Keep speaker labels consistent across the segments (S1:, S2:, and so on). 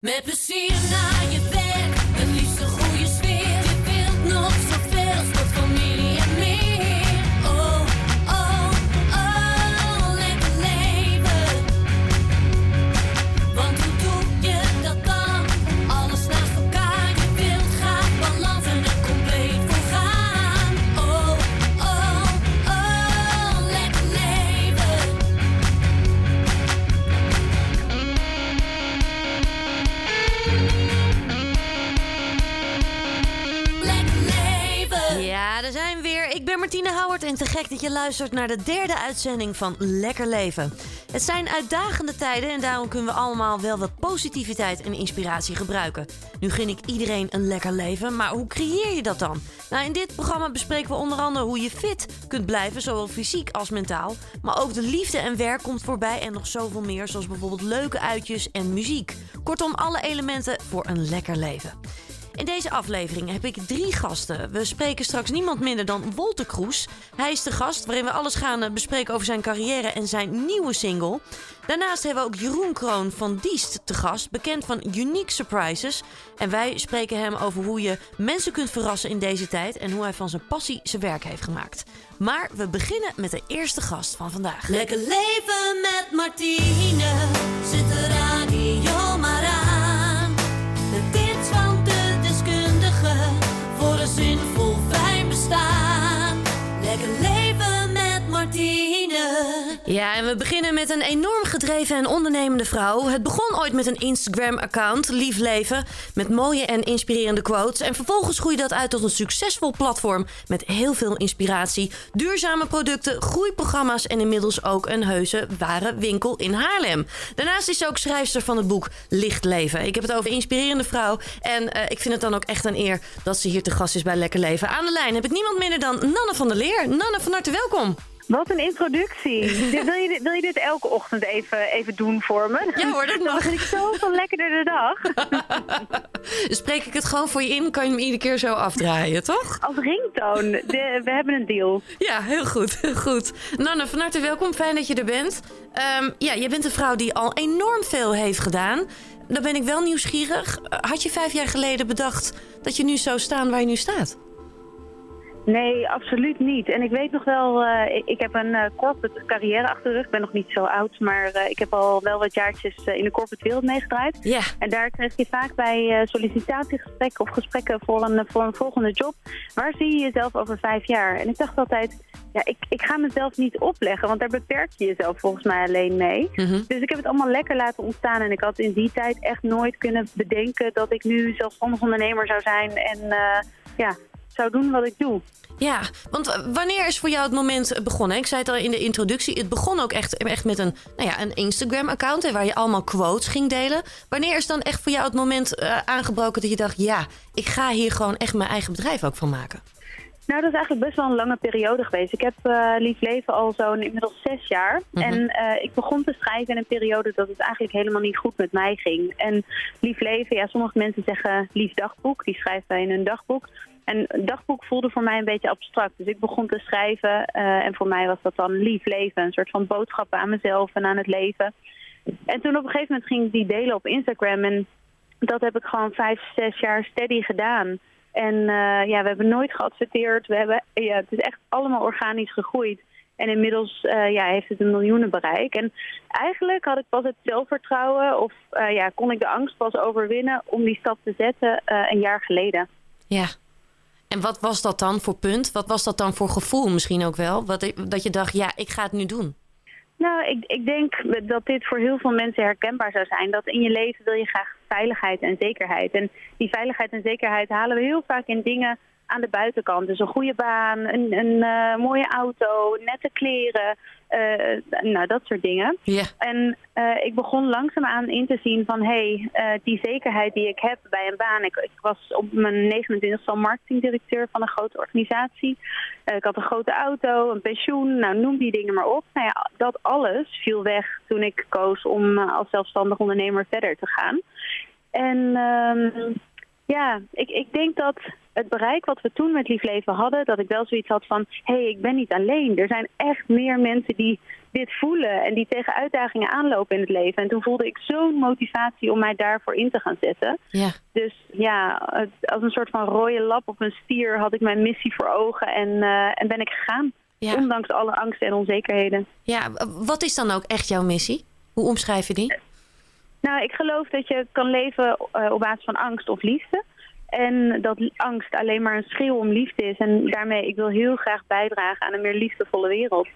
S1: Met plezier naar je werk, het liefst een goede sfeer. Je wilt nog zoveel, sport, familie en meer. Oh, oh, oh, lekker leven. Want hoe doe je dat dan? Alles naast elkaar, je wilt graag balans en er compleet voor gaan. Oh, oh, oh, lekker leven. Lekker leven.
S2: Ja, daar zijn we weer. Ik ben Martine Howard en te gek dat je luistert naar de derde uitzending van Lekker Leven. Het zijn uitdagende tijden en daarom kunnen we allemaal wel wat positiviteit en inspiratie gebruiken. Nu gun ik iedereen een lekker leven, maar hoe creëer je dat dan? Nou, in dit programma bespreken we onder andere hoe je fit kunt blijven, zowel fysiek als mentaal. Maar ook de liefde en werk komt voorbij en nog zoveel meer, zoals bijvoorbeeld leuke uitjes en muziek. Kortom, alle elementen voor een lekker leven. In deze aflevering heb ik drie gasten. We spreken straks niemand minder dan Wolter Kroes. Hij is de gast waarin we alles gaan eh, bespreken over zijn carrière en zijn nieuwe single. Daarnaast hebben we ook Jeroen Kroon van Diest te gast, bekend van Unique Surprises. En wij spreken hem over hoe je mensen kunt verrassen in deze tijd en hoe hij van zijn passie zijn werk heeft gemaakt. Maar we beginnen met de eerste gast van vandaag.
S1: Lekker leven met Martine. Zet de radio maar aan. De tips van de deskundige voor een zinvol fijn bestaan. Lekker leven met Martine.
S2: Ja, en we beginnen met een enorm gedreven en ondernemende vrouw. Het begon ooit met een Instagram-account, Lief Leven, met mooie en inspirerende quotes. En vervolgens groeide dat uit tot een succesvol platform met heel veel inspiratie, duurzame producten, groeiprogramma's en inmiddels ook een heuse ware winkel in Haarlem. Daarnaast is ze ook schrijfster van het boek Licht Leven. Ik heb het over inspirerende vrouw en eh, ik vind het dan ook echt een eer dat ze hier te gast is bij Lekker Leven. Aan de lijn heb ik niemand minder dan Nanne van der Leer. Nanne, van harte welkom.
S3: Wat een introductie. Dit- wil, je, dit- wil je dit elke ochtend even, even doen voor me?
S2: Ja hoor, dat
S3: Dan
S2: mag.
S3: begin ik zoveel lekkerder de dag.
S2: Spreek ik het gewoon voor je in, kan je hem iedere keer zo afdraaien, toch?
S3: Als ringtoon. De- we hebben een deal.
S2: Ja, heel goed, heel goed. Nanne, van harte welkom. Fijn dat je er bent. Ehm, ja, je bent een vrouw die al enorm veel heeft gedaan. Dan ben ik wel nieuwsgierig. Had je vijf jaar geleden bedacht dat je nu zou staan waar je nu staat?
S3: Nee, absoluut niet. En ik weet nog wel, eh, ik- ik heb een eh, corporate carrière achter de rug. Ik ben nog niet zo oud, maar eh, ik heb al wel wat jaartjes eh, in de corporate wereld meegedraaid.
S2: Ja.
S3: En daar kreeg je vaak bij eh, sollicitatiegesprekken of gesprekken voor een, voor een volgende job. Waar zie je jezelf over vijf jaar? En ik dacht altijd, ja, ik, ik ga mezelf niet opleggen, want daar beperk je jezelf volgens mij alleen mee.
S2: Mhm.
S3: Dus ik heb het allemaal lekker laten ontstaan. En ik had in die tijd echt nooit kunnen bedenken dat ik nu zelfstandig ondernemer zou zijn en eh, ja, zou doen wat ik doe.
S2: Ja, want eh, wanneer is voor jou het moment eh, begonnen? Ik zei het al in de introductie. Het begon ook echt, echt met een, nou ja, een Instagram-account hè, waar je allemaal quotes ging delen. Wanneer is dan echt voor jou het moment eh, aangebroken dat je dacht: ja, ik ga hier gewoon echt mijn eigen bedrijf ook van maken?
S3: Nou, dat is eigenlijk best wel een lange periode geweest. Ik heb eh, Lief Leven al zo'n inmiddels zes jaar.
S2: Mhm.
S3: En eh, ik begon te schrijven in een periode dat het eigenlijk helemaal niet goed met mij ging. En Lief Leven, ja, sommige mensen zeggen Lief Dagboek. Die schrijven in hun dagboek. En een dagboek voelde voor mij een beetje abstract. Dus ik begon te schrijven eh, en voor mij was dat dan Lief Leven. Een soort van boodschappen aan mezelf en aan het leven. En toen op een gegeven moment ging ik die delen op Instagram. En dat heb ik gewoon vijf, zes jaar steady gedaan. En eh, ja, we hebben nooit geadverteerd. We hebben, ja, het is echt allemaal organisch gegroeid. En inmiddels eh, ja, heeft het een miljoenenbereik. En eigenlijk had ik pas het zelfvertrouwen of eh, ja, kon ik de angst pas overwinnen om die stap te zetten eh, een jaar geleden.
S2: Ja. En wat was dat dan voor punt? Wat was dat dan voor gevoel misschien ook wel? Wat, dat je dacht: ja, ik ga het nu doen.
S3: Nou, ik, ik denk dat dit voor heel veel mensen herkenbaar zou zijn. Dat in je leven wil je graag veiligheid en zekerheid. En die veiligheid en zekerheid halen we heel vaak in dingen aan de buitenkant. Dus een goede baan, een, een eh, mooie auto, nette kleren, eh, nou dat soort dingen.
S2: Ja.
S3: En eh, ik begon langzaamaan in te zien van... hé, hey, eh, die zekerheid die ik heb bij een baan. Ik, ik was op mijn 29e al marketingdirecteur van een grote organisatie. Eh, ik had een grote auto, een pensioen, nou noem die dingen maar op. Nou ja, dat alles viel weg toen ik koos om eh, als zelfstandig ondernemer verder te gaan. En ehm, ja, ik, ik denk dat het bereik wat we toen met Lief Leven hadden... dat ik wel zoiets had van, hé, hey, ik ben niet alleen. Er zijn echt meer mensen die dit voelen en die tegen uitdagingen aanlopen in het leven. En toen voelde ik zo'n motivatie om mij daarvoor in te gaan zetten.
S2: Ja.
S3: Dus ja, het- als een soort van rode lap op een stier had ik mijn missie voor ogen en, eh, en ben ik gegaan.
S2: Ja.
S3: Ondanks alle angsten en onzekerheden.
S2: ja, w- wat is dan ook echt jouw missie? Hoe omschrijf je die?
S3: Nou, ik geloof dat je kan leven eh, op basis van angst of liefde. En dat li- angst alleen maar een schreeuw om liefde is. En daarmee, ik wil heel graag bijdragen aan een meer liefdevolle wereld.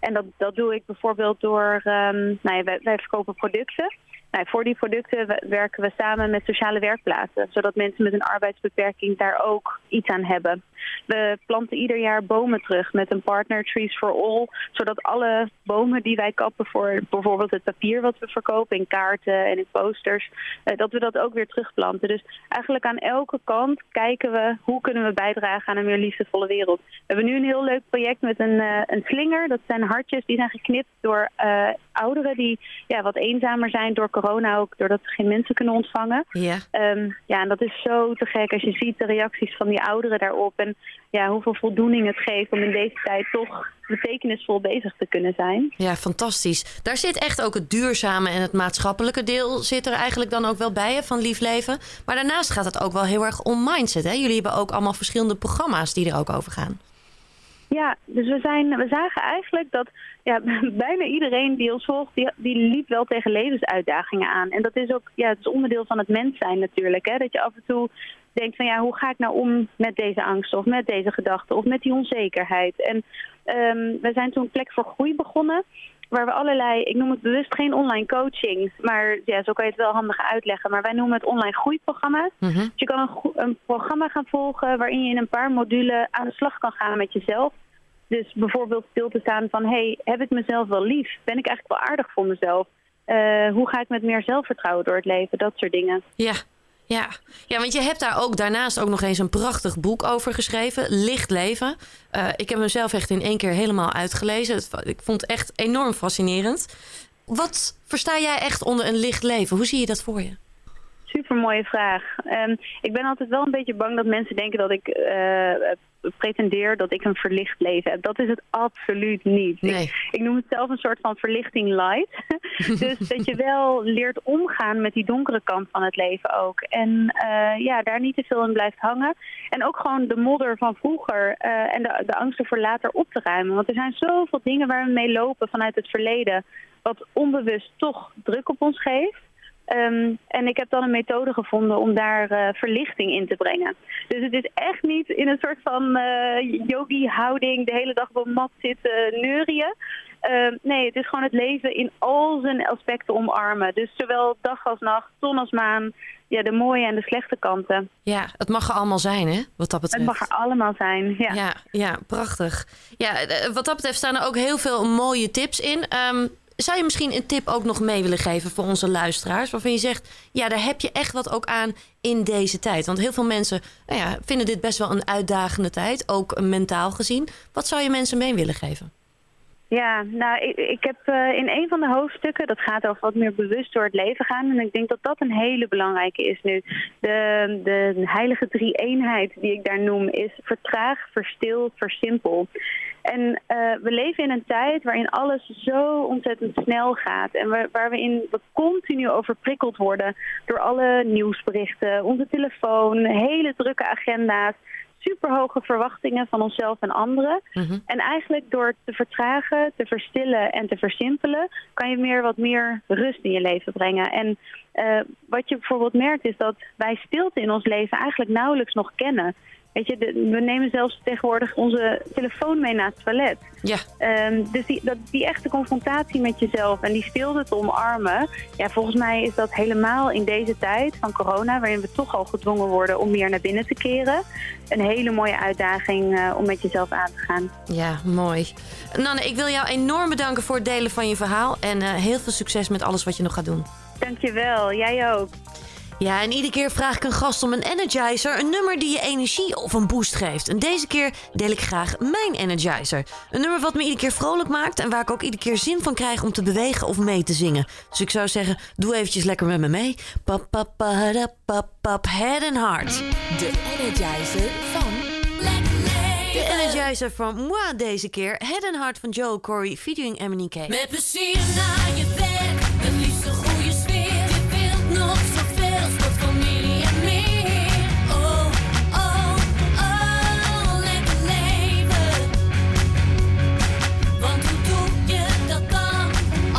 S3: En dat, dat doe ik bijvoorbeeld door, ehm, nou ja, wij, wij verkopen producten. Nou, voor die producten we- werken we samen met sociale werkplaatsen. Zodat mensen met een arbeidsbeperking daar ook iets aan hebben. We planten ieder jaar bomen terug met een partner Trees for All. Zodat alle bomen die wij kappen voor bijvoorbeeld het papier wat we verkopen in kaarten en in posters, eh, dat we dat ook weer terugplanten. Dus eigenlijk aan elke kant kijken we hoe kunnen we bijdragen aan een meer liefdevolle wereld. We hebben nu een heel leuk project met een, eh, een slinger. Dat zijn hartjes die zijn geknipt door eh, ouderen die ja, wat eenzamer zijn door corona ook, doordat ze geen mensen kunnen ontvangen.
S2: Ja.
S3: Ehm, ja, en dat is zo te gek als je ziet de reacties van die ouderen daarop. En ja, hoeveel voldoening het geeft om in deze tijd toch betekenisvol bezig te kunnen zijn.
S2: Ja, fantastisch. Daar zit echt ook het duurzame en het maatschappelijke deel zit er eigenlijk dan ook wel bij hè, van lief leven. Maar daarnaast gaat het ook wel heel erg om mindset. Hè? Jullie hebben ook allemaal verschillende programma's die er ook over gaan.
S3: Ja, dus we, zijn, we zagen eigenlijk dat ja, bijna iedereen die ons volgt, die, die liep wel tegen levensuitdagingen aan. En dat is ook ja, het is onderdeel van het mens zijn natuurlijk. Hè? Dat je af en toe denkt van ja, hoe ga ik nou om met deze angst of met deze gedachten of met die onzekerheid. En ehm, we zijn toen Plek voor Groei begonnen. Waar we allerlei, ik noem het bewust geen online coaching, maar ja, zo kan je het wel handig uitleggen. Maar wij noemen het online groeiprogramma's.
S2: Mhm.
S3: Dus je kan een, go- een programma gaan volgen waarin je in een paar modulen aan de slag kan gaan met jezelf. Dus bijvoorbeeld stil te staan van, hey, heb ik mezelf wel lief? Ben ik eigenlijk wel aardig voor mezelf? Eh, hoe ga ik met meer zelfvertrouwen door het leven? Dat soort dingen.
S2: Ja. Ja. ja, want je hebt daar ook daarnaast ook nog eens een prachtig boek over geschreven. Licht leven. Eh, ik heb hem zelf echt in één keer helemaal uitgelezen. Het va- ik vond het echt enorm fascinerend. Wat versta jij echt onder een licht leven? Hoe zie je dat voor je?
S3: Super mooie vraag. Ehm, ik ben altijd wel een beetje bang dat mensen denken dat ik eh, pretendeer dat ik een verlicht leven heb. Dat is het absoluut niet. Ik-
S2: Nee.
S3: ik noem het zelf een soort van verlichting light. dus dat je wel leert omgaan met die donkere kant van het leven ook. En eh, ja, daar niet te veel in blijft hangen. En ook gewoon de modder van vroeger eh, en de, de angsten voor later op te ruimen. Want er zijn zoveel dingen waar we mee lopen vanuit het verleden. Wat onbewust toch druk op ons geeft. Ehm, en ik heb dan een methode gevonden om daar eh, verlichting in te brengen. Dus het is echt niet in een soort van eh yogi-houding de hele dag op een mat zitten neurieën. Ehm, nee, het is gewoon het leven in al zijn aspecten omarmen. Dus zowel dag als nacht, zon als maan, ja, de mooie en de slechte kanten.
S2: Ja, het mag er allemaal zijn, hè? Wat dat
S3: Het
S2: betreft.
S3: mag er allemaal zijn. Ja.
S2: Ja, ja, prachtig. Ja, eh, wat dat betreft staan er ook heel veel mooie tips in. Ehm, zou je misschien een tip ook nog mee willen geven voor onze luisteraars? Waarvan je zegt, ja, daar heb je echt wat ook aan in deze tijd. Want heel veel mensen nou ja, vinden dit best wel een uitdagende tijd, ook mentaal gezien. Wat zou je mensen mee willen geven?
S3: Ja, nou, ik, ik heb eh, in een van de hoofdstukken, dat gaat over wat meer bewust door het leven gaan. En ik denk dat dat een hele belangrijke is nu. De, de heilige drie-eenheid die ik daar noem is vertraag, verstil, versimpel. En eh, we leven in een tijd waarin alles zo ontzettend snel gaat. En waar, waar we, in, we continu overprikkeld worden door alle nieuwsberichten, onze telefoon, hele drukke agenda's. Superhoge verwachtingen van onszelf en anderen. En eigenlijk door te vertragen, te verstillen en te versimpelen, kan je meer wat meer rust in je leven brengen. En eh, wat je bijvoorbeeld merkt is dat wij stilte in ons leven eigenlijk nauwelijks nog kennen. Weet je, de- we nemen zelfs tegenwoordig onze telefoon mee naar het toilet.
S2: Ja,
S3: Ehm, dus die, dat, die echte confrontatie met jezelf en die stilte te omarmen, ja, volgens mij is dat helemaal in deze tijd van corona, waarin we toch al gedwongen worden om meer naar binnen te keren, een hele mooie uitdaging eh, om met jezelf aan te gaan.
S2: ja, mooi. Nanne, ik wil jou enorm bedanken voor het delen van je verhaal. En eh, heel veel succes met alles wat je nog gaat doen.
S3: Dankjewel, jij ook.
S2: Ja, en iedere keer vraag ik een gast om een energizer. Een nummer die je energie of een boost geeft. En deze keer deel ik graag mijn energizer. Een nummer wat me iedere keer vrolijk maakt. En waar ik ook iedere keer zin van krijg om te bewegen of mee te zingen. Dus ik zou zeggen, doe eventjes lekker met me mee. Pap, pap, pap, pap, pap, head and heart.
S1: De Energizer van Black Label.
S2: vind jij ze van moi deze keer? Head and Heart van Joe Corey featuring Emily K.
S1: Met plezier naar je werk, het liefst een goede sfeer. Je wilt nog zoveel, sport, familie en meer. Oh, oh, oh, lekker leven. Want hoe doe je dat dan?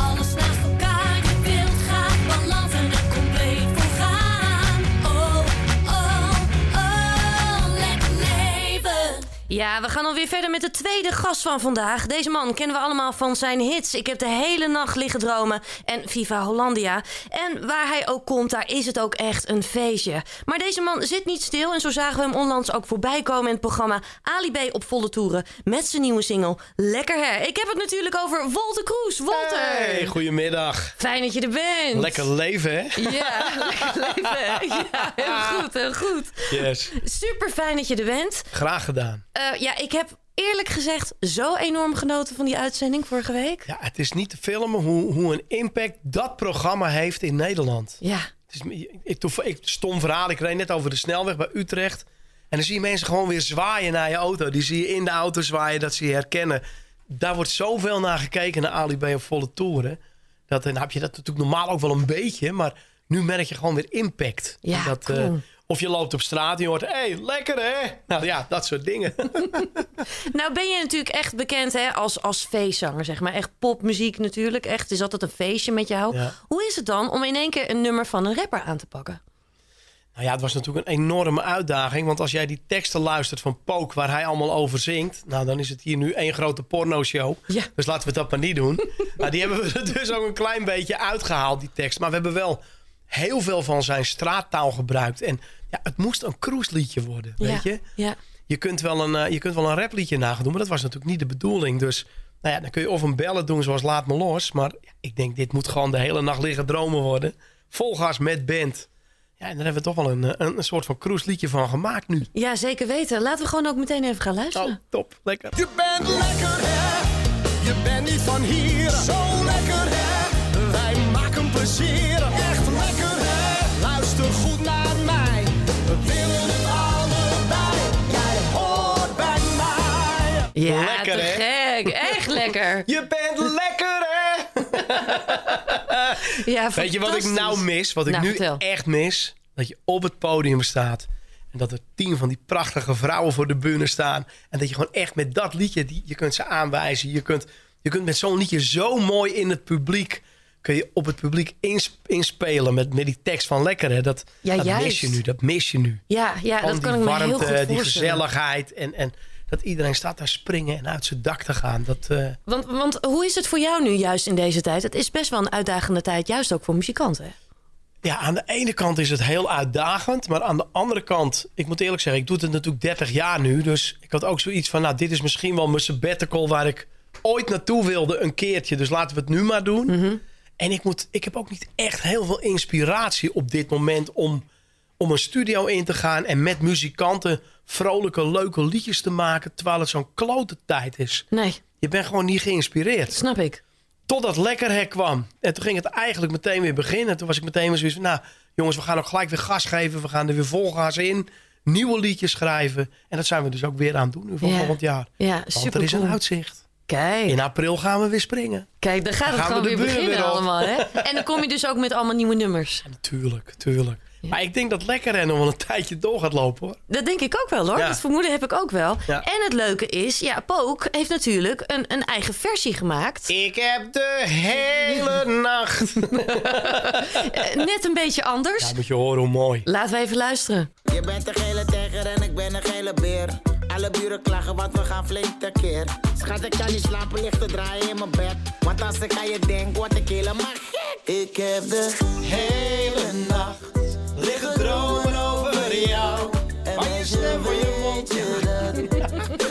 S1: Alles naast elkaar, je wilt graag balans en er compleet voor gaan. Oh, oh, oh, lekker leven.
S2: Ja, we gaan alweer verder met de tweede gast van vandaag. Deze man kennen we allemaal van zijn hits. Ik heb de hele nacht liggen dromen en Viva Hollandia. En waar hij ook komt, daar is het ook echt een feestje. Maar deze man zit niet stil en zo zagen we hem onlangs ook voorbij komen in het programma Ali B op volle toeren met zijn nieuwe single Lekker Her. Ik heb het natuurlijk over Wolter Kroes. Wolter!
S4: Hey, goedemiddag.
S2: Fijn dat je er bent.
S4: Lekker leven, hè?
S2: Ja, lekker leven. Ja,
S4: Ah.
S2: heel goed, heel goed.
S4: Yes.
S2: Super fijn dat je er bent.
S4: Graag gedaan.
S2: Eh, ja, ik heb eerlijk gezegd zo enorm genoten van die uitzending vorige week.
S4: Ja, het is niet te filmen hoe, hoe een impact dat programma heeft in Nederland.
S2: Ja,
S4: Het is, ik, doe- ik, stom verhaal, ik reed net over de snelweg bij Utrecht. En dan zie je mensen gewoon weer zwaaien naar je auto. Die zie je in de auto zwaaien, dat ze je herkennen. Daar wordt zoveel naar gekeken, naar Ali B op volle toeren. Dat, en dan heb je dat natuurlijk normaal ook wel een beetje. Maar nu merk je gewoon weer impact.
S2: Ja,
S4: dat,
S2: cool.
S4: eh, of je loopt op straat en je hoort, hé, hey, lekker hè? Nou ja, dat soort dingen.
S2: nou ben je natuurlijk echt bekend hè, als, als feestzanger, zeg maar. Echt popmuziek natuurlijk, echt. Het is altijd een feestje met jou.
S4: Ja.
S2: Hoe is het dan om in één keer een nummer van een rapper aan te pakken?
S4: Nou ja, het was natuurlijk een enorme uitdaging. Want als jij die teksten luistert van Pook, waar hij allemaal over zingt. Nou, dan is het hier nu één grote pornoshow.
S2: Ja.
S4: Dus laten we dat maar niet doen. nou, die hebben we er dus ook een klein beetje uitgehaald, die tekst. Maar we hebben wel heel veel van zijn straattaal gebruikt. En ja, het moest een cruisliedje worden, weet
S2: ja.
S4: je?
S2: Ja.
S4: Je kunt wel een, eh, je kunt wel een rapliedje nagedoen, maar dat was natuurlijk niet de bedoeling. Dus nou ja, dan kun je of een bellen doen zoals Laat Me Los. Maar ja, ik denk, dit moet gewoon de hele nacht liggen dromen worden. Vol gas met band. Ja, en daar hebben we toch wel een, eh, een, een soort van cruisliedje van gemaakt nu.
S2: ja, zeker weten. Laten we gewoon ook meteen even gaan luisteren.
S4: Oh, top. Lekker.
S5: Je bent lekker hè, je bent niet van hier. Zo lekker hè, wij maken plezier. Echt lekker hè, luister goed naar mij. We willen het allebei, jij hoort bij mij.
S2: ja,
S4: Oh, lekker,
S2: te
S4: hè?
S2: gek. Echt lekker.
S4: Je bent lekker, hè?
S2: Ja,
S4: Weet je wat ik nou
S2: fantastisch.
S4: mis? Wat ik
S2: Nou,
S4: nu
S2: vertel.
S4: echt mis? Dat je op het podium staat. En dat er tien van die prachtige vrouwen voor de bühne staan. En dat je gewoon echt met dat liedje, die, je kunt ze aanwijzen. Je kunt, je kunt met zo'n liedje zo mooi in het publiek. Kun je op het publiek ins- inspelen met, met die tekst van lekker. Hè? Dat,
S2: Ja,
S4: dat mis
S2: juist.
S4: je nu. Dat mis je nu.
S2: Ja, ja
S4: Gewoon
S2: dat kan ik
S4: die
S2: me
S4: warmte,
S2: heel goed voorstellen.
S4: die gezelligheid. En, en dat iedereen staat daar springen en uit zijn dak te gaan. Dat, eh,
S2: Want, want hoe is het voor jou nu juist in deze tijd? Het is best wel een uitdagende tijd, juist ook voor muzikanten.
S4: Ja, aan de ene kant is het heel uitdagend. Maar aan de andere kant, ik moet eerlijk zeggen, ik doe het natuurlijk 30 jaar nu. Dus ik had ook zoiets van, nou, dit is misschien wel mijn sabbatical waar ik ooit naartoe wilde een keertje. Dus laten we het nu maar doen. En ik, moet, ik heb ook niet echt heel veel inspiratie op dit moment om, om een studio in te gaan en met muzikanten vrolijke, leuke liedjes te maken. Terwijl het zo'n klote tijd is.
S2: Nee,
S4: Je bent gewoon niet geïnspireerd.
S2: snap ik.
S4: Totdat Lekkerhek kwam. En toen ging het eigenlijk meteen weer beginnen. Toen was ik meteen weer zoiets van... Nou, jongens, we gaan ook gelijk weer gas geven. We gaan er weer vol gas in. Nieuwe liedjes schrijven. En dat zijn we dus ook weer aan het doen nu van
S2: Ja.
S4: volgend jaar.
S2: Ja,
S4: Want
S2: super
S4: er is een uitzicht.
S2: Kijk,
S4: In april gaan we weer springen.
S2: kijk, dan gaat het
S4: gaan
S2: gewoon
S4: we
S2: weer
S4: de buren
S2: beginnen
S4: weer op.
S2: allemaal. Hè? En dan kom je dus ook met allemaal nieuwe nummers.
S4: Tuurlijk, tuurlijk. Maar ik denk dat Lekkerhek nog wel een tijdje door gaat lopen hoor.
S2: Dat denk ik ook wel hoor.
S4: Ja.
S2: Dat vermoeden heb ik ook wel.
S4: Ja.
S2: En het leuke is, ja, Pook heeft natuurlijk een, een eigen versie gemaakt.
S4: Ik heb de hele nacht...
S2: Eh, Net een beetje anders.
S4: Ja, moet je horen hoe mooi.
S2: Laten we even luisteren.
S6: Je bent een gele tijger en ik ben een gele beer. Alle buren klagen, want we gaan flink tekeer. Schat, ik kan niet slapen, ligt te draaien in mijn bed. Want als ik aan je denk, word ik helemaal gek. Ik heb de
S5: Hele nacht liggen dromen over jou. Van je stem, van je mond, je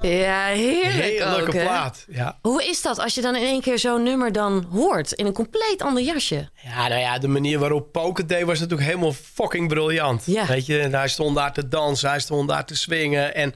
S2: Ja, heerlijk
S4: Heerlijke
S2: ook, hè?
S4: plaat. Ja.
S2: Hoe is dat als je dan in één keer zo'n nummer dan hoort? In een compleet ander jasje.
S4: Ja, nou ja, de manier waarop Poker deed was natuurlijk helemaal fucking briljant.
S2: Ja.
S4: Weet je, en hij stond daar te dansen, hij stond daar te swingen. En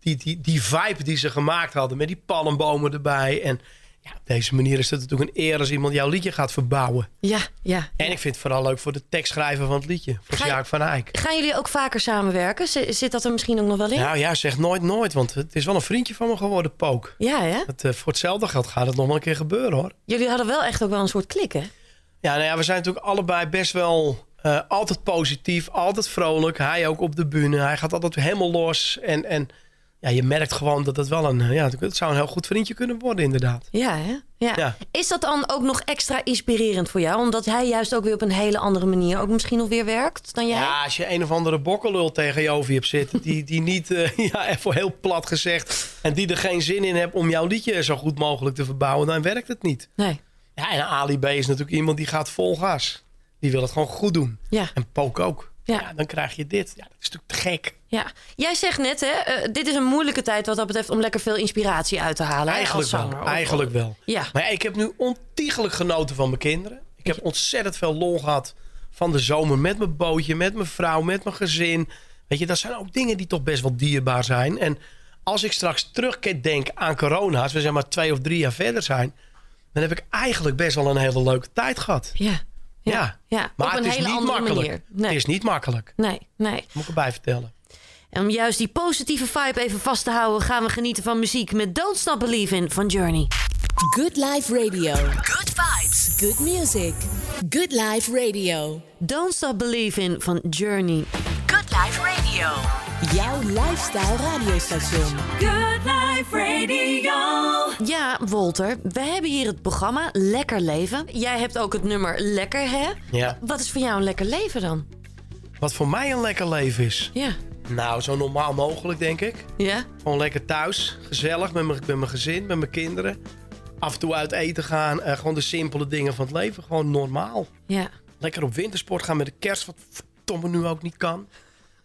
S4: die, die, die vibe die ze gemaakt hadden met die palmbomen erbij. En Ja, op deze manier is het natuurlijk een eer als iemand jouw liedje gaat verbouwen.
S2: Ja, ja.
S4: En ik vind het vooral leuk voor de tekstschrijver van het liedje. Voor
S2: Ga je-
S4: Sjaak van Eyck.
S2: Gaan jullie ook vaker samenwerken? Z- Zit dat er misschien ook nog wel in?
S4: Nou ja, zeg nooit nooit, want het is wel een vriendje van me geworden, Pook.
S2: ja hè?
S4: Het, eh, voor hetzelfde geld gaat het nog wel een keer gebeuren hoor.
S2: Jullie hadden wel echt ook wel een soort klik, hè?
S4: Ja, nou ja, we zijn natuurlijk allebei best wel eh, altijd positief, altijd vrolijk. Hij ook op de bühne. Hij gaat altijd helemaal los. En, en ja, je merkt gewoon dat het wel een, eh, ja, het zou een heel goed vriendje kunnen worden inderdaad.
S2: Ja, hè? Ja.
S4: Ja.
S2: Is dat dan ook nog extra inspirerend voor jou? Omdat hij juist ook weer op een hele andere manier ook misschien nog weer werkt dan jij?
S4: Ja, als je een of andere bokkelul tegen Jovi hebt zitten... die, die niet, eh, ja, even heel plat gezegd... en die er geen zin in hebt om jouw liedje zo goed mogelijk te verbouwen... dan werkt het niet.
S2: Nee.
S4: Ja, en Ali B is natuurlijk iemand die gaat vol gas. Die wil het gewoon goed doen.
S2: Ja.
S4: En Pook ook.
S2: Ja.
S4: Ja. dan krijg je dit. Ja, dat is natuurlijk te gek.
S2: Ja, jij zegt net, hè, eh, dit is een moeilijke tijd wat dat betreft om lekker veel inspiratie uit te halen. hè,
S4: Eigenlijk
S2: als zanger.
S4: wel. Eigenlijk wel.
S2: Ja.
S4: Maar ja, ik heb nu ontiegelijk genoten van mijn kinderen. Ik heb ontzettend veel lol gehad van de zomer met mijn bootje, met mijn vrouw, met mijn gezin. Weet je, dat zijn ook dingen die toch best wel dierbaar zijn. En als ik straks terugdenk aan corona, als we zeg maar twee of drie jaar verder zijn, dan heb ik eigenlijk best wel een hele leuke tijd gehad.
S2: Ja,
S4: Ja,
S2: ja.
S4: maar
S2: op een
S4: het is
S2: hele
S4: niet
S2: andere
S4: makkelijk.
S2: manier. Nee.
S4: Het is niet makkelijk,
S2: nee, nee.
S4: moet ik erbij vertellen.
S2: En om juist die positieve vibe even vast te houden, gaan we genieten van muziek met Don't Stop Believin' van Journey.
S7: Good Life Radio. Good vibes. Good music. Good Life Radio.
S2: Don't Stop Believin' van Journey.
S7: Good Life Radio. Jouw lifestyle radiostation.
S2: Ja, Walter, we hebben hier het programma Lekker Leven. Jij hebt ook het nummer Lekker, hè?
S4: Ja.
S2: Wat is voor jou een lekker leven dan?
S4: Wat voor mij een lekker leven is.
S2: Ja.
S4: Nou, zo normaal mogelijk, denk ik.
S2: Ja?
S4: Gewoon lekker thuis, gezellig met mijn, met mijn gezin, met mijn kinderen. Af en toe uit eten gaan. eh, gewoon de simpele dingen van het leven. Gewoon normaal.
S2: Ja.
S4: Lekker op wintersport gaan met de kerst, wat verdomme nu ook niet kan.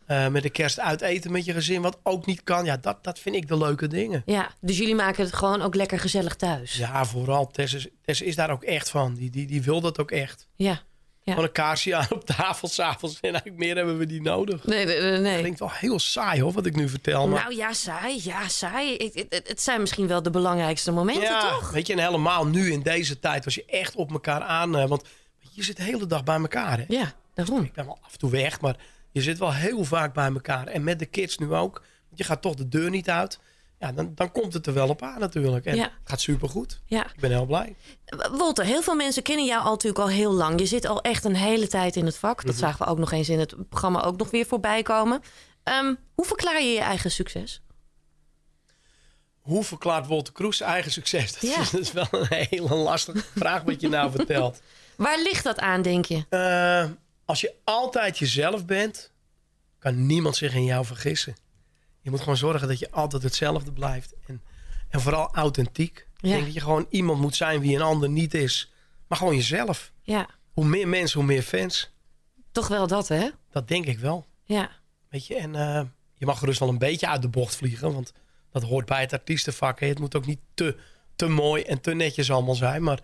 S4: Eh, met de kerst uit eten met je gezin, wat ook niet kan. Ja, dat, dat vind ik de leuke dingen. Dus
S2: Ja, dus jullie maken het gewoon ook lekker gezellig thuis.
S4: Ja, vooral. Tess is, Tess is daar ook echt van. Die, die, die wil dat ook echt.
S2: Ja. Ja.
S4: Gewoon een kaarsje aan op tafel s'avonds. En eigenlijk meer hebben we die nodig.
S2: Nee, nee, nee, nee.
S4: Klinkt wel heel saai hoor, wat ik nu vertel. Maar
S2: Nou ja, saai. Ja, saai. Ik- het- het- het zijn misschien wel de belangrijkste momenten, toch?
S4: Weet je, en helemaal nu in deze tijd was je echt op elkaar aan. eh, Want je zit de hele dag bij elkaar. Hè?
S2: Ja, daarom.
S4: Ik ben wel af en toe weg, maar je zit wel heel vaak bij elkaar. En met de kids nu ook. Want je gaat toch de deur niet uit. Ja, dan, dan komt het er wel op aan natuurlijk. En
S2: Ja.
S4: het gaat supergoed.
S2: Ja.
S4: Ik ben heel blij.
S2: W- Wolter, heel veel mensen kennen jou al natuurlijk al heel lang. Je zit al echt een hele tijd in het vak. Dat zagen we ook nog eens in het programma ook nog weer voorbij komen. Ehm, hoe verklaar je je eigen succes?
S4: Hoe verklaart Wolter Kroes zijn eigen succes? Dat,
S2: Ja.
S4: is, dat is wel een hele lastige vraag wat je nou vertelt.
S2: Waar ligt dat aan, denk je?
S4: Eh, als je altijd jezelf bent, kan niemand zich in jou vergissen. Je moet gewoon zorgen dat je altijd hetzelfde blijft. En, en vooral authentiek.
S2: Ja.
S4: Ik denk dat je gewoon iemand moet zijn wie een ander niet is. Maar gewoon jezelf.
S2: Ja,
S4: Hoe meer mensen, hoe meer fans.
S2: toch wel dat, hè?
S4: Dat denk ik wel.
S2: Ja,
S4: Weet je, en eh, je mag gerust wel een beetje uit de bocht vliegen. Want dat hoort bij het artiestenvak. hè. Het moet ook niet te, te mooi en te netjes allemaal zijn. Maar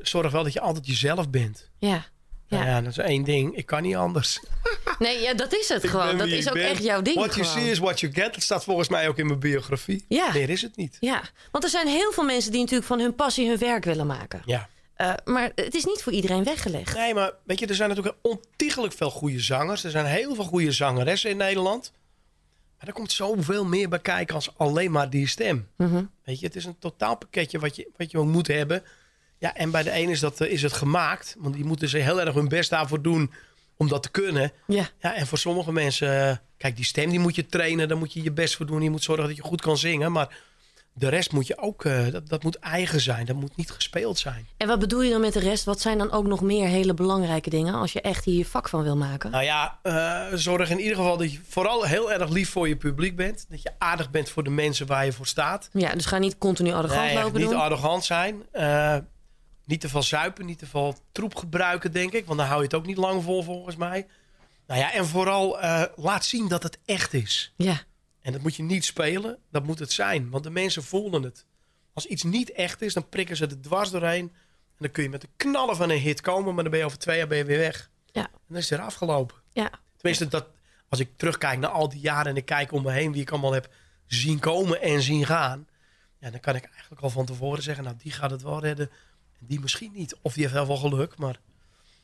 S4: zorg wel dat je altijd jezelf bent.
S2: ja.
S4: Ja,
S2: Ja.
S4: ja dat is één ding. Ik kan niet anders.
S2: Nee, ja, dat is het gewoon.
S4: ben
S2: Dat
S4: wie
S2: is
S4: ik
S2: ook
S4: ben.
S2: echt jouw ding
S4: What you
S2: gewoon.
S4: see is what you get. Dat staat volgens mij ook in mijn biografie.
S2: Ja.
S4: Meer is het niet.
S2: Ja, want er zijn heel veel mensen die natuurlijk van hun passie hun werk willen maken.
S4: Ja.
S2: Eh, maar het is niet voor iedereen weggelegd.
S4: Nee, maar weet je, er zijn natuurlijk ontiegelijk veel goede zangers. Er zijn heel veel goede zangeressen in Nederland. Maar er komt zoveel meer bij kijken als alleen maar die stem.
S2: Mhm.
S4: Weet je, het is een totaalpakketje wat je, wat je moet hebben. Ja, en bij de ene is, dat, eh, is het gemaakt. Want die moeten ze heel erg hun best daarvoor doen om dat te kunnen.
S2: Ja,
S4: Ja, en voor sommige mensen, eh, kijk, die stem die moet je trainen, daar moet je je best voor doen. Je moet zorgen dat je goed kan zingen, maar de rest moet je ook, eh, dat, dat moet eigen zijn, dat moet niet gespeeld zijn.
S2: en wat bedoel je dan met de rest? Wat zijn dan ook nog meer hele belangrijke dingen als je echt hier je vak van wil maken?
S4: Nou ja, eh, zorg in ieder geval dat je vooral heel erg lief voor je publiek bent. Dat je aardig bent voor de mensen waar je voor staat.
S2: Ja, dus ga niet continu arrogant
S4: Nee, echt
S2: lopen
S4: niet
S2: doen.
S4: arrogant zijn. eh, niet te veel zuipen, niet te veel troep gebruiken, denk ik. Want dan hou je het ook niet lang vol, volgens mij. Nou ja, en vooral eh, laat zien dat het echt is.
S2: ja,
S4: En dat moet je niet spelen, dat moet het zijn. Want de mensen voelen het. Als iets niet echt is, dan prikken ze er dwars doorheen. En dan kun je met de knallen van een hit komen, maar dan ben je over twee jaar ben je weer weg.
S2: ja,
S4: En dan is het er afgelopen.
S2: ja.
S4: Tenminste, dat, als ik terugkijk naar al die jaren en ik kijk om me heen wie ik allemaal heb zien komen en zien gaan. Ja, dan kan ik eigenlijk al van tevoren zeggen, nou die gaat het wel redden. En die misschien niet. Of die heeft heel veel geluk, maar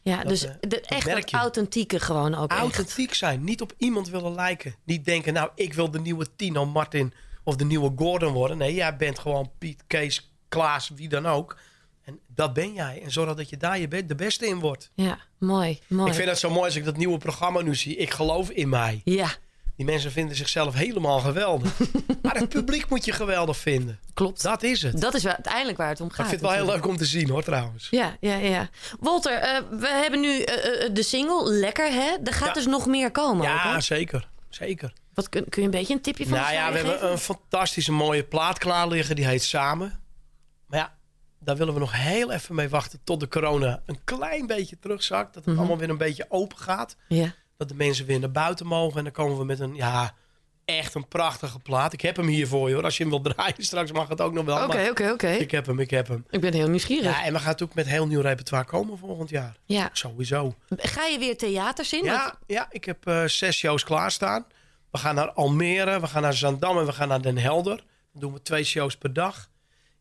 S2: Ja,
S4: Dat,
S2: dus
S4: eh,
S2: de, echt
S4: merk
S2: dat
S4: je.
S2: authentieke gewoon ook. echt.
S4: authentiek zijn. Niet op iemand willen lijken. Niet denken, nou ik wil de nieuwe Tino Martin of de nieuwe Gordon worden. Nee, jij bent gewoon Piet, Kees, Klaas, wie dan ook. En dat ben jij. En zorg dat je daar je be- de beste in wordt.
S2: Ja, mooi, mooi.
S4: Ik vind dat zo mooi als ik dat nieuwe programma nu zie. Ik geloof in mij.
S2: Ja,
S4: Die mensen vinden zichzelf helemaal geweldig. maar het publiek moet je geweldig vinden.
S2: klopt. Dat,
S4: Dat is het.
S2: is wel uiteindelijk waar het om gaat.
S4: Maar ik vind het wel heel leuk om te zien hoor trouwens.
S2: Ja, ja, ja. Walter, eh, we hebben nu eh, eh, de single Lekker, hè? Er gaat
S4: Ja.
S2: dus nog meer komen. ook,
S4: Ja,
S2: hè?
S4: zeker. Zeker.
S2: Wat, kun, kun je een beetje een tipje van
S4: Nou
S2: ons
S4: ja, we
S2: geven?
S4: hebben een fantastische mooie plaat klaar liggen. Die heet Samen. Maar ja, daar willen we nog heel even mee wachten tot de corona een klein beetje terugzakt. Dat het
S2: Mhm.
S4: allemaal weer een beetje open gaat.
S2: Ja.
S4: Dat de mensen weer naar buiten mogen. En dan komen we met een, ja, echt een prachtige plaat. Ik heb hem hier voor je hoor. Als je hem wilt draaien straks mag het ook nog wel. maar
S2: Oké, oké, oké.
S4: Ik heb hem, ik heb hem.
S2: Ik ben heel nieuwsgierig.
S4: Ja, en we gaan natuurlijk met heel nieuw repertoire komen volgend jaar.
S2: Ja.
S4: Sowieso.
S2: Ga je weer theaters in?
S4: Ja,
S2: Want-
S4: ja ik heb eh, zes shows klaarstaan. We gaan naar Almere, we gaan naar Zandam en we gaan naar Den Helder. Dan doen we twee shows per dag.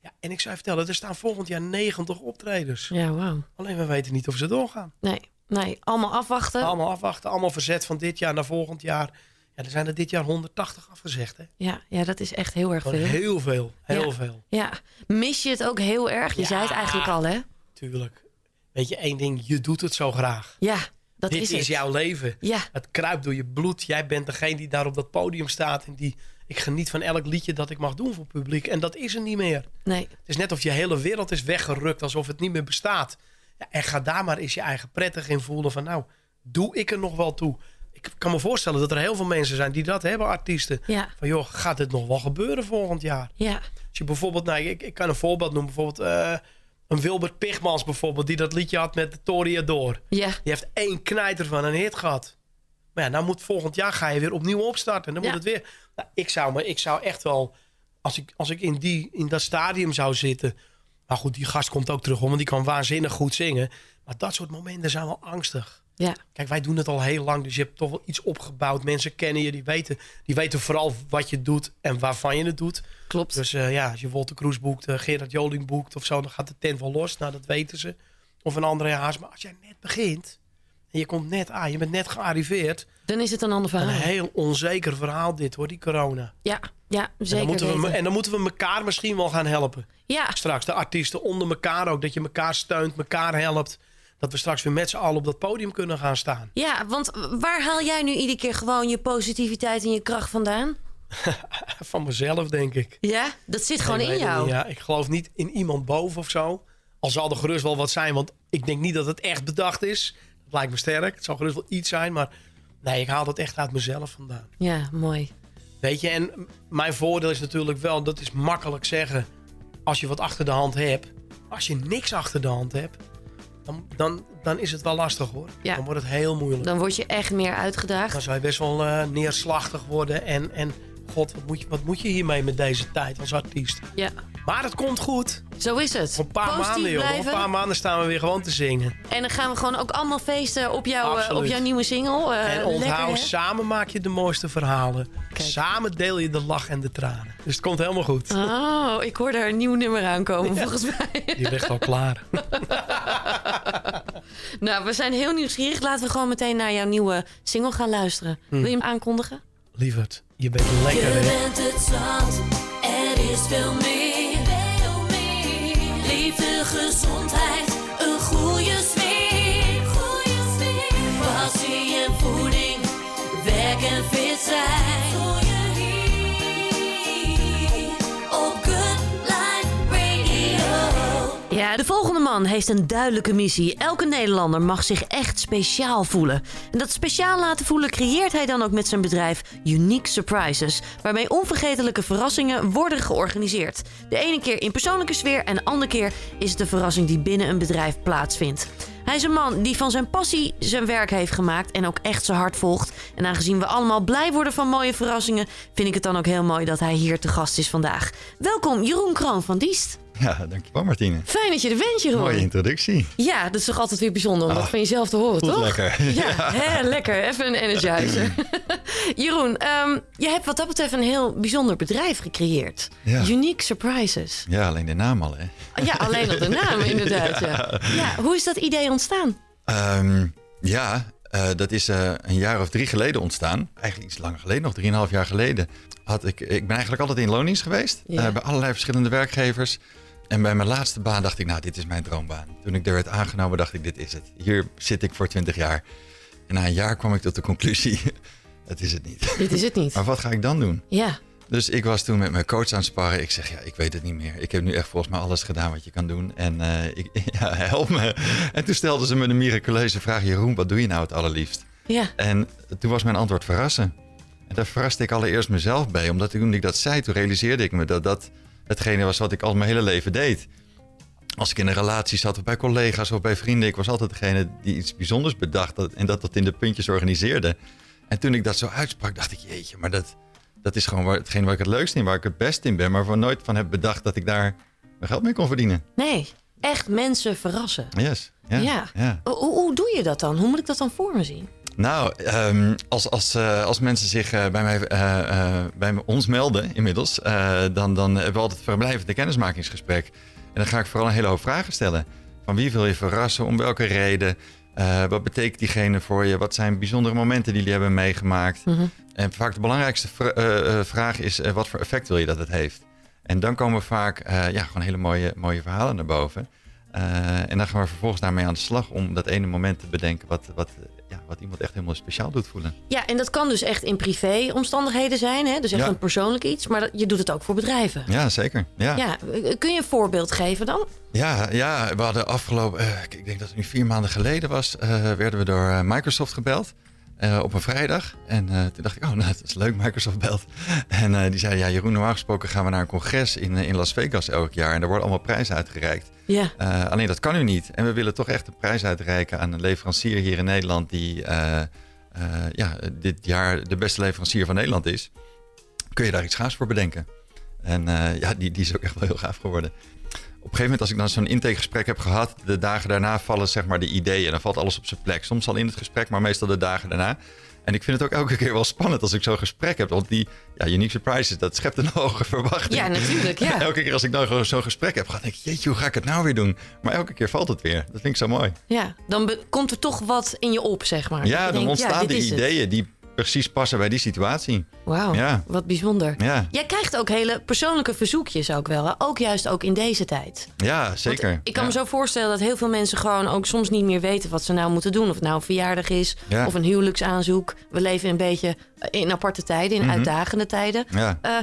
S4: Ja, en ik zou je vertellen, er staan volgend jaar 90 optredens.
S2: Ja, wauw.
S4: Alleen we weten niet of ze doorgaan.
S2: Nee, nee. Allemaal afwachten.
S4: Allemaal afwachten, allemaal verzet van dit jaar naar volgend jaar. Ja, er zijn er dit jaar 180 afgezegd. Hè?
S2: Ja, ja, dat is echt heel erg
S4: Gewoon
S2: veel.
S4: heel veel, heel
S2: Ja.
S4: veel.
S2: Ja. Mis je het ook heel erg? Je
S4: Ja.
S2: zei het eigenlijk al, hè?
S4: Tuurlijk. Weet je, één ding, je doet het zo graag.
S2: Ja, dat
S4: dit
S2: is
S4: is,
S2: het.
S4: jouw leven.
S2: Ja.
S4: Het kruipt door je bloed. Jij bent degene die daar op dat podium staat. En die, ik geniet van elk liedje dat ik mag doen voor het publiek. En dat is er niet meer.
S2: Nee.
S4: Het is net of je hele wereld is weggerukt. Alsof het niet meer bestaat. Ja, en ga daar maar eens je eigen prettig in voelen. Van nou, doe ik er nog wel toe? Ik kan me voorstellen dat er heel veel mensen zijn die dat hebben, artiesten.
S2: Ja.
S4: Van joh, gaat dit nog wel gebeuren volgend jaar?
S2: Ja.
S4: Als je bijvoorbeeld, nou, ik, ik kan een voorbeeld noemen. Bijvoorbeeld eh, een Wilbert Pigmans bijvoorbeeld. Die dat liedje had met Toriador.
S2: Ja.
S4: Je heeft één knijter van een hit gehad. Maar ja, nou moet volgend jaar ga je weer opnieuw opstarten. Dan
S2: Ja.
S4: moet het weer. Nou, ik, zou, me, ik zou echt wel, als ik, als ik in, die, in dat stadium zou zitten. Maar goed, die gast komt ook terug, hoor, want die kan waanzinnig goed zingen. Maar dat soort momenten zijn wel angstig.
S2: Ja.
S4: Kijk, wij doen het al heel lang, dus je hebt toch wel iets opgebouwd. Mensen kennen je, die weten, die weten vooral wat je doet en waarvan je het doet.
S2: Klopt.
S4: Dus eh, ja, als je Wolter Kroes boekt, eh, Gerard Joling boekt of zo, dan gaat de tent wel los. Nou, dat weten ze. Of een andere haas. Maar als jij net begint en je komt net aan, je bent net gearriveerd.
S2: Dan is het een ander
S4: Een
S2: verhaal.
S4: heel onzeker verhaal dit hoor, die corona.
S2: Ja, ja,
S4: En dan,
S2: zeker
S4: moeten we, me-
S2: weten.
S4: en dan moeten we elkaar misschien wel gaan helpen.
S2: Ja,
S4: Straks, de artiesten onder elkaar ook. Dat je elkaar steunt, elkaar helpt. Dat we straks weer met z'n allen op dat podium kunnen gaan staan.
S2: ja, want waar haal jij nu iedere keer gewoon je positiviteit en je kracht vandaan?
S4: Van mezelf, denk ik.
S2: Ja, dat zit gewoon
S4: Ik
S2: in
S4: weet het
S2: jou.
S4: niet, ja, ik geloof niet in iemand boven of zo. Al zal er gerust wel wat zijn, want ik denk niet dat het echt bedacht is. Dat lijkt me sterk. Het zal gerust wel iets zijn, maar nee, ik haal dat echt uit mezelf vandaan.
S2: Ja, mooi.
S4: Weet je, en m- mijn voordeel is natuurlijk wel, dat is makkelijk zeggen als je wat achter de hand hebt. Als je niks achter de hand hebt, dan, dan, dan is het wel lastig hoor.
S2: Ja.
S4: Dan wordt het heel moeilijk.
S2: Dan word je echt meer uitgedaagd.
S4: Dan zou je best wel eh, neerslachtig worden en, en god, wat moet, je, wat moet je hiermee met deze tijd als artiest?
S2: Ja,
S4: Maar het komt goed.
S2: zo is het.
S4: Voor een paar
S2: Positief
S4: maanden, joh. Voor
S2: blijven.
S4: een paar maanden staan we weer gewoon te zingen.
S2: En dan gaan we gewoon ook allemaal feesten op, jou, eh, op
S4: Absoluut.
S2: jouw nieuwe single. Eh,
S4: en onthoud,
S2: lekker, hè?
S4: samen maak je de mooiste verhalen. Samen deel je de lach en de tranen. Dus het komt helemaal goed.
S2: Oh, ik hoor daar een nieuw nummer aankomen volgens mij.
S4: Die ligt al klaar.
S2: Nou, we zijn heel nieuwsgierig. Laten we gewoon meteen naar jouw nieuwe single gaan luisteren.
S4: Hm.
S2: Wil je hem aankondigen?
S4: Lieverd, je bent lekker,
S1: Je
S4: hè?
S1: bent het zand, er is veel meer. Liefde, gezondheid, een goede sfeer. Passie en voeding, werk en fit zijn. Op Good Life Radio.
S2: Ja, de volgende man heeft een duidelijke missie. Elke Nederlander mag zich echt speciaal voelen. En dat speciaal laten voelen creëert hij dan ook met zijn bedrijf Unique Surprises. Waarmee onvergetelijke verrassingen worden georganiseerd. De ene keer in persoonlijke sfeer en de andere keer is het de verrassing die binnen een bedrijf plaatsvindt. Hij is een man die van zijn passie zijn werk heeft gemaakt en ook echt zijn hart volgt. En aangezien we allemaal blij worden van mooie verrassingen, vind ik het dan ook heel mooi dat hij hier te gast is vandaag. Welkom Jeroen Kroon van Diest.
S8: Ja, dankjewel Martine.
S2: Fijn dat je er bent, Jeroen.
S8: Mooie introductie.
S2: Ja, dat is toch
S8: Ah,
S2: altijd weer bijzonder om dat van jezelf te horen,
S8: Voelt
S2: toch?
S8: lekker.
S2: Ja, hè, lekker. Even een energizer. Jeroen, ehm, je hebt wat dat betreft een heel bijzonder bedrijf gecreëerd.
S8: Ja.
S2: Unique Surprises.
S8: Ja, alleen de naam al, hè.
S2: Ja, alleen al de naam inderdaad. Ja. Ja, hoe is dat idee ontstaan?
S8: Ehm, ja, eh, dat is eh, een jaar of drie geleden ontstaan. Eigenlijk iets langer geleden, nog drieënhalf jaar geleden. Had ik, ik ben eigenlijk altijd in loondienst geweest.
S2: Ja.
S8: eh, bij allerlei verschillende werkgevers. En bij mijn laatste baan dacht ik, nou, dit is mijn droombaan. Toen ik er werd aangenomen, dacht ik, dit is het. Hier zit ik voor twintig jaar. En na een jaar kwam ik tot de conclusie, het is het niet.
S2: Dit is het niet.
S8: Maar wat ga ik dan doen?
S2: Ja,
S8: Dus ik was toen met mijn coach aan het sparren. Ik zeg, ja, ik weet het niet meer. Ik heb nu echt volgens mij alles gedaan wat je kan doen. En eh, ik, ja, help me. En toen stelden ze me de miraculeuze vraag... Jeroen, wat doe je nou het allerliefst?
S2: ja.
S8: En toen was mijn antwoord verrassen. En daar verraste ik allereerst mezelf bij. Omdat toen ik dat zei, toen realiseerde ik me dat dat hetgene was wat ik al mijn hele leven deed. Als ik in een relatie zat of bij collega's of bij vrienden, ik was altijd degene die iets bijzonders bedacht dat- en dat dat in de puntjes organiseerde. En toen ik dat zo uitsprak, dacht ik, jeetje, maar dat, dat is gewoon waar- hetgeen waar ik het leukst in, waar ik het best in ben, maar waar ik nooit van heb bedacht dat ik daar mijn geld mee kon verdienen.
S2: Nee, echt mensen verrassen.
S8: Yes.
S2: Ja.
S8: ja.
S2: Hoe, hoe doe je dat dan? Hoe moet ik dat dan voor me zien?
S8: Nou, ehm, als, als, eh, als mensen zich eh, bij, mij, eh, eh, bij ons melden inmiddels, eh, dan, dan hebben we altijd verblijvend een kennismakingsgesprek. En dan ga ik vooral een hele hoop vragen stellen. Van wie wil je verrassen, om welke reden, Eh, wat betekent diegene voor je, wat zijn bijzondere momenten die jullie hebben meegemaakt. En vaak de belangrijkste vr- eh, eh, vraag is, eh, wat voor effect wil je dat het heeft? En dan komen vaak eh, ja, gewoon hele mooie, mooie verhalen naar boven. Eh, en dan gaan we vervolgens daarmee aan de slag om dat ene moment te bedenken wat, wat, eh, ja, wat iemand echt helemaal speciaal doet voelen.
S2: Ja, en dat kan dus echt in privé-omstandigheden zijn. Hè? Dus echt
S8: Ja.
S2: een persoonlijk iets. Maar dat- je doet het ook voor bedrijven.
S8: Ja, zeker. Ja, ja.
S2: Ja, eh, kun je een voorbeeld geven dan?
S8: ja, we hadden afgelopen, eh, ik denk dat het nu vier maanden geleden was, eh, werden we door eh, Microsoft gebeld. eh, op een vrijdag. En eh, toen dacht ik, oh, nou, dat is leuk, Microsoft belt. En eh, die zei, ja, Jeroen, normaal gesproken gaan we naar een congres in, eh, in Las Vegas elk jaar. En daar worden allemaal prijzen uitgereikt.
S2: Ja,
S8: Eh, alleen dat kan u niet. En we willen toch echt een prijs uitreiken aan een leverancier hier in Nederland die eh, eh, ja, dit jaar de beste leverancier van Nederland is. Kun je daar iets gaafs voor bedenken? En eh, ja, die, die is ook echt wel heel gaaf geworden. Op een gegeven moment, als ik dan zo'n intakegesprek heb gehad, de dagen daarna vallen zeg maar de ideeën. Dan valt alles op zijn plek. Soms al in het gesprek, maar meestal de dagen daarna. En ik vind het ook elke keer wel spannend als ik zo'n gesprek heb. Want die ja, unique surprises, dat schept een hoge verwachting.
S2: ja natuurlijk. Ja.
S8: Elke keer als ik nou gewoon zo'n gesprek heb gehad, denk ik, jeetje, hoe ga ik het nou weer doen? Maar elke keer valt het weer. Dat vind ik zo mooi.
S2: Ja, dan be- komt er toch wat in je op, zeg maar. Dat je
S8: Ja, dan
S2: denkt,
S8: ontstaan
S2: dit
S8: die
S2: is het.
S8: ideeën die precies passen bij die situatie.
S2: Wauw,
S8: Ja.
S2: wat bijzonder.
S8: Ja,
S2: Jij krijgt ook hele persoonlijke verzoekjes ook wel. hè? Ook juist ook in deze tijd.
S8: ja
S2: Want
S8: zeker.
S2: Ik kan
S8: ja.
S2: me zo voorstellen dat heel veel mensen gewoon ook soms niet meer weten wat ze nou moeten doen. Of het nou een verjaardag is
S8: Ja.
S2: of een huwelijksaanzoek. We leven een beetje eh, in aparte tijden, in uitdagende tijden.
S8: Mhm. Ja.
S2: Eh,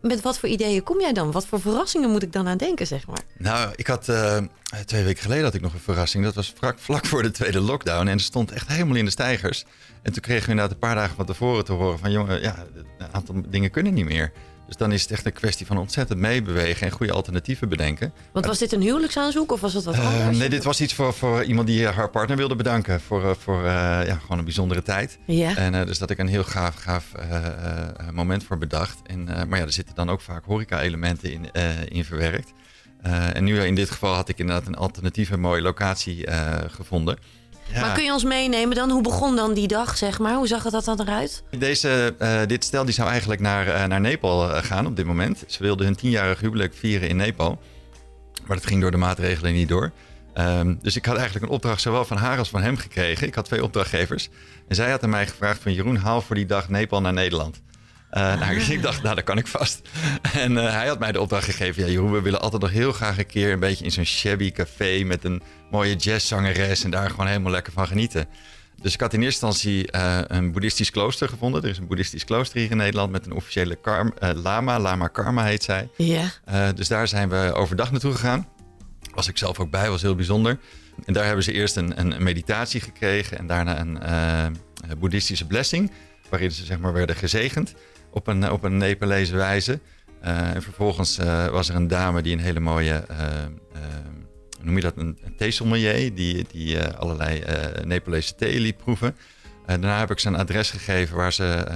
S2: met wat voor ideeën kom jij dan? Wat voor verrassingen moet ik dan aan denken, zeg maar?
S8: Nou, ik had eh, twee weken geleden had ik nog een verrassing. Dat was vlak, vlak voor de tweede lockdown. En het stond echt helemaal in de stijgers. En toen kregen we inderdaad een paar dagen van tevoren te horen van... jongen, ja, een aantal dingen kunnen niet meer. Dus dan is het echt een kwestie van ontzettend meebewegen... en goede alternatieven bedenken.
S2: Want was dit een huwelijksaanzoek of was dat wat
S8: Eh,
S2: anders?
S8: nee, dit was iets voor, voor iemand die eh, haar partner wilde bedanken voor, eh, voor eh, ja, gewoon een bijzondere tijd.
S2: Ja.
S8: En eh, dus dat ik een heel gaaf, gaaf eh, eh, moment voor bedacht. En, eh, maar ja, er zitten dan ook vaak horeca-elementen in, eh, in verwerkt. Eh, en nu in dit geval had ik inderdaad een alternatieve mooie locatie eh, gevonden. Ja.
S2: Maar kun je ons meenemen dan? Hoe begon dan die dag, zeg maar? Hoe zag het dat dan eruit?
S8: Deze, eh, dit stel die zou eigenlijk naar, eh, naar Nepal eh, gaan op dit moment. Ze wilden hun tienjarig huwelijk vieren in Nepal. Maar dat ging door de maatregelen niet door. Ehm, dus ik had eigenlijk een opdracht zowel van haar als van hem gekregen. Ik had twee opdrachtgevers. En zij had aan mij gevraagd van Jeroen, haal voor die dag Nepal naar Nederland. Eh, nou, dus ik dacht, nou, dat kan ik vast. En eh, hij had mij de opdracht gegeven. Ja, Jeroen, we willen altijd nog heel graag een keer een beetje in zo'n shabby café met een mooie jazzzangeres en daar gewoon helemaal lekker van genieten. Dus ik had in eerste instantie eh, een boeddhistisch klooster gevonden. Er is een boeddhistisch klooster hier in Nederland met een officiële karm, eh, lama. Lama Karma heet zij.
S2: Ja.
S8: Eh, dus daar zijn we overdag naartoe gegaan. Was ik zelf ook bij, was heel bijzonder. En daar hebben ze eerst een, een, een meditatie gekregen en daarna een eh, een boeddhistische blessing. Waarin ze zeg maar werden gezegend op een, op een Nepalese wijze. Eh, en vervolgens eh, was er een dame die een hele mooie, eh, eh, hoe noem je dat, een, een theesommelier. Die, die eh, allerlei eh, Nepalese thee liet proeven. Eh, daarna heb ik ze een adres gegeven waar ze eh,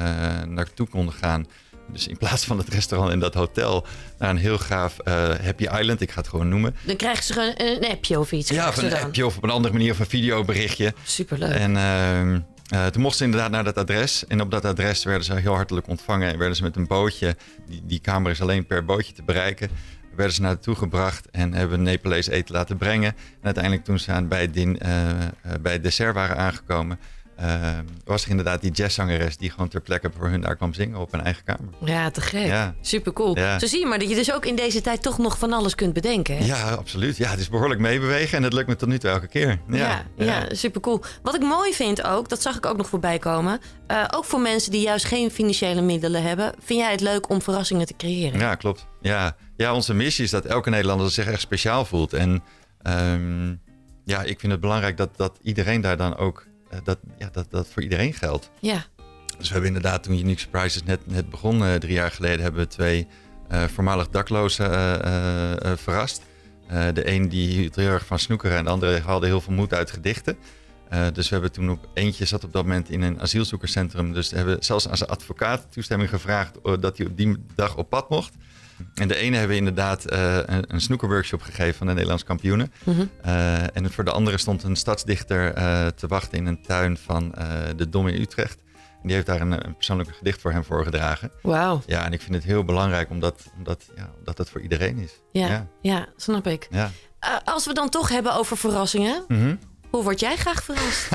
S8: naartoe konden gaan. Dus in plaats van het restaurant en dat hotel naar een heel gaaf eh, Happy Island, ik ga het gewoon noemen.
S2: Dan krijgen ze een, een appje of iets.
S8: Ja,
S2: krijgen
S8: of
S2: ze
S8: een
S2: dan.
S8: appje of op een andere manier of een videoberichtje.
S2: Superleuk.
S8: En ehm, Eh, toen mochten ze inderdaad naar dat adres. En op dat adres werden ze heel hartelijk ontvangen. En werden ze met een bootje, die, die kamer is alleen per bootje te bereiken, werden ze naartoe gebracht en hebben Nepalees eten laten brengen. En uiteindelijk toen ze aan, bij, het din, eh, eh, bij het dessert waren aangekomen, eh, was er inderdaad die jazzzangeres die gewoon ter plekke voor hun daar kwam zingen op hun eigen kamer.
S2: Ja, te gek.
S8: Ja.
S2: Super cool.
S8: Ja.
S2: Zo zie je maar dat je dus ook in deze tijd toch nog van alles kunt bedenken. Hè?
S8: Ja, absoluut. Ja, het is behoorlijk meebewegen en dat lukt me tot nu toe elke keer. Ja,
S2: Ja, ja, super cool. Wat ik mooi vind ook, dat zag ik ook nog voorbij komen. eh, ook voor mensen die juist geen financiële middelen hebben, vind jij het leuk om verrassingen te creëren?
S8: Ja, klopt. Ja. ja, onze missie is dat elke Nederlander zich echt speciaal voelt. En ehm, ja, ik vind het belangrijk dat, dat iedereen daar dan ook... eh, dat, ja, dat, dat voor iedereen geldt.
S2: Ja,
S8: Dus we hebben inderdaad toen Unique Surprises net, net begon, eh, drie jaar geleden, hebben we twee eh, voormalig daklozen eh, eh, eh, verrast. Eh, de een die hield heel erg van snoekeren en de andere haalde heel veel moed uit gedichten. Eh, dus we hebben toen op eentje zat op dat moment in een asielzoekerscentrum. Dus hebben we zelfs aan zijn advocaat toestemming gevraagd eh, dat hij op die dag op pad mocht. En de ene hebben we inderdaad eh, een, een snoekerworkshop gegeven van de Nederlandse kampioenen. Eh, en voor de andere stond een stadsdichter eh, te wachten in een tuin van eh, de Dom in Utrecht. En die heeft daar een, een persoonlijk gedicht voor hem voorgedragen.
S2: wauw.
S8: Ja, en ik vind het heel belangrijk omdat, omdat, ja, omdat dat voor iedereen is.
S2: Ja, ja.
S8: ja.
S2: snap ik.
S8: ja.
S2: Eh, als we dan toch hebben over verrassingen,
S8: Mhm.
S2: hoe word jij graag verrast?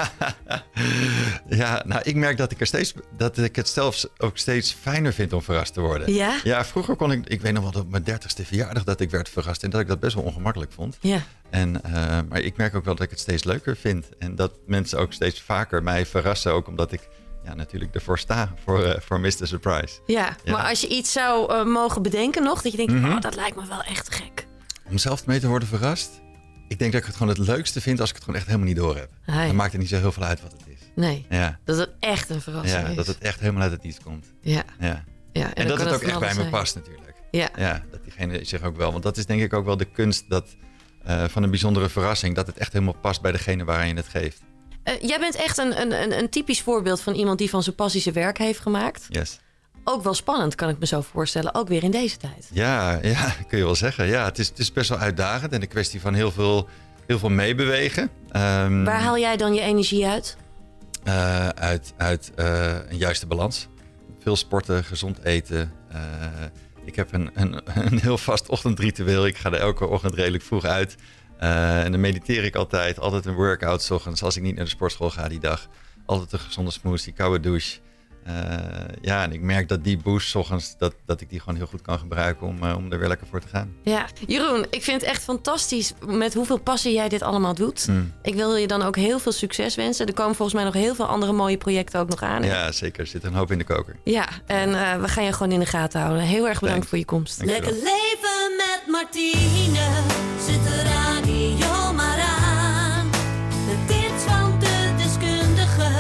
S8: ja, nou, ik merk dat ik, er steeds, dat ik het zelfs ook steeds fijner vind om verrast te worden.
S2: ja?
S8: Ja, vroeger kon ik, ik weet nog wel dat op mijn dertigste verjaardag dat ik werd verrast en dat ik dat best wel ongemakkelijk vond.
S2: Ja.
S8: En, eh, maar ik merk ook wel dat ik het steeds leuker vind. En dat mensen ook steeds vaker mij verrassen. Ook omdat ik ja, natuurlijk ervoor sta voor, eh, voor Mr. Surprise.
S2: Ja,
S8: Ja. Mhm.
S2: maar als je iets zou eh, mogen bedenken nog, dat je denkt, oh, dat lijkt me wel echt gek.
S8: Om zelf mee te worden verrast. Ik denk dat ik het gewoon het leukste vind als ik het gewoon echt helemaal niet door heb.
S2: Hai.
S8: Dan maakt het niet zo heel veel uit wat het is.
S2: Nee,
S8: Ja,
S2: dat het echt een verrassing
S8: ja
S2: is.
S8: dat het echt helemaal uit het iets komt.
S2: Ja,
S8: Ja.
S2: ja. dan
S8: En, dat
S2: kan
S8: het ook
S2: van
S8: echt
S2: alles
S8: bij me
S2: zijn.
S8: past natuurlijk.
S2: Ja.
S8: Ja, dat diegene zich ook wel. Want dat is denk ik ook wel de kunst dat, eh, van een bijzondere verrassing. Dat het echt helemaal past bij degene waaraan je het geeft.
S2: Eh, jij bent echt een, een, een, een typisch voorbeeld van iemand die van zijn passie zijn werk heeft gemaakt.
S8: Yes.
S2: Ook wel spannend, kan ik me zo voorstellen. Ook weer in deze tijd.
S8: Ja, ja, kun je wel zeggen. Ja, het is, het is best wel uitdagend en een kwestie van heel veel, heel veel meebewegen. Ehm,
S2: Waar haal jij dan je energie uit?
S8: eh, uit uit eh, een juiste balans. Veel sporten, gezond eten. Eh, ik heb een, een, een heel vast ochtendritueel. Ik ga er elke ochtend redelijk vroeg uit. Eh, en dan mediteer ik altijd. Altijd een workout 's ochtends als ik niet naar de sportschool ga die dag. Altijd een gezonde smoothie, koude douche. Eh, ja, en ik merk dat die boost 's ochtends, dat, dat ik die gewoon heel goed kan gebruiken om, eh, om er weer lekker voor te gaan.
S2: Ja. Jeroen, ik vind het echt fantastisch met hoeveel passie jij dit allemaal doet. Ik wil je dan ook heel veel succes wensen. Er komen volgens mij nog heel veel andere mooie projecten ook nog aan.
S8: Ja, zeker. Er zit een hoop in de koker.
S2: Ja, en eh, we gaan je gewoon in de gaten houden. Heel erg bedankt
S8: Thanks.
S2: voor je komst.
S8: Dankjewel.
S1: Lekker leven met Martine, zit de radio maar aan. De tips van de deskundige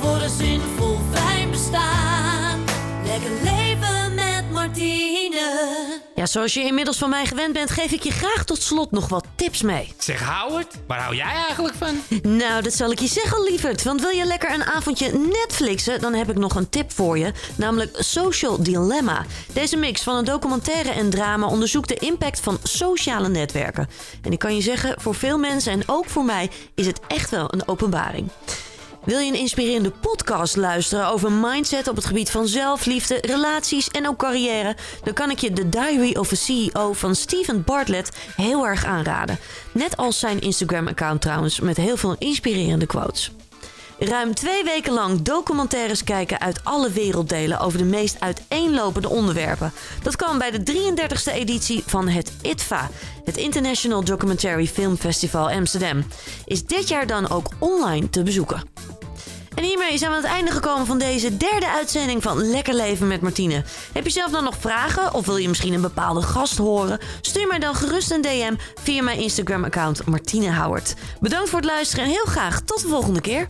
S1: voor een zinvol fijn bestaan. Lekker leven met Martine.
S2: Ja, zoals je inmiddels van mij gewend bent, geef ik je graag tot slot nog wat tips mee.
S9: Zeg Howard, waar hou jij eigenlijk van?
S2: Nou, dat zal ik je zeggen, lieverd. Want wil je lekker een avondje Netflixen, dan heb ik nog een tip voor je. Namelijk Social Dilemma. Deze mix van een documentaire en drama onderzoekt de impact van sociale netwerken. En ik kan je zeggen, voor veel mensen en ook voor mij is het echt wel een openbaring. Wil je een inspirerende podcast luisteren over mindset op het gebied van zelfliefde, relaties en ook carrière? Dan kan ik je The Diary of a CEO van Steven Bartlett heel erg aanraden. Net als zijn Instagram-account trouwens, met heel veel inspirerende quotes. Ruim twee weken lang documentaires kijken uit alle werelddelen over de meest uiteenlopende onderwerpen. Dat kan bij de 33e editie van het ITVA, het International Documentary Film Festival Amsterdam. Is dit jaar dan ook online te bezoeken. En hiermee zijn we aan het einde gekomen van deze derde uitzending van Lekker Leven met Martine. Heb je zelf dan nog vragen of wil je misschien een bepaalde gast horen? Stuur mij dan gerust een DM via mijn Instagram-account Martine Howard. Bedankt voor het luisteren en heel graag tot de volgende keer.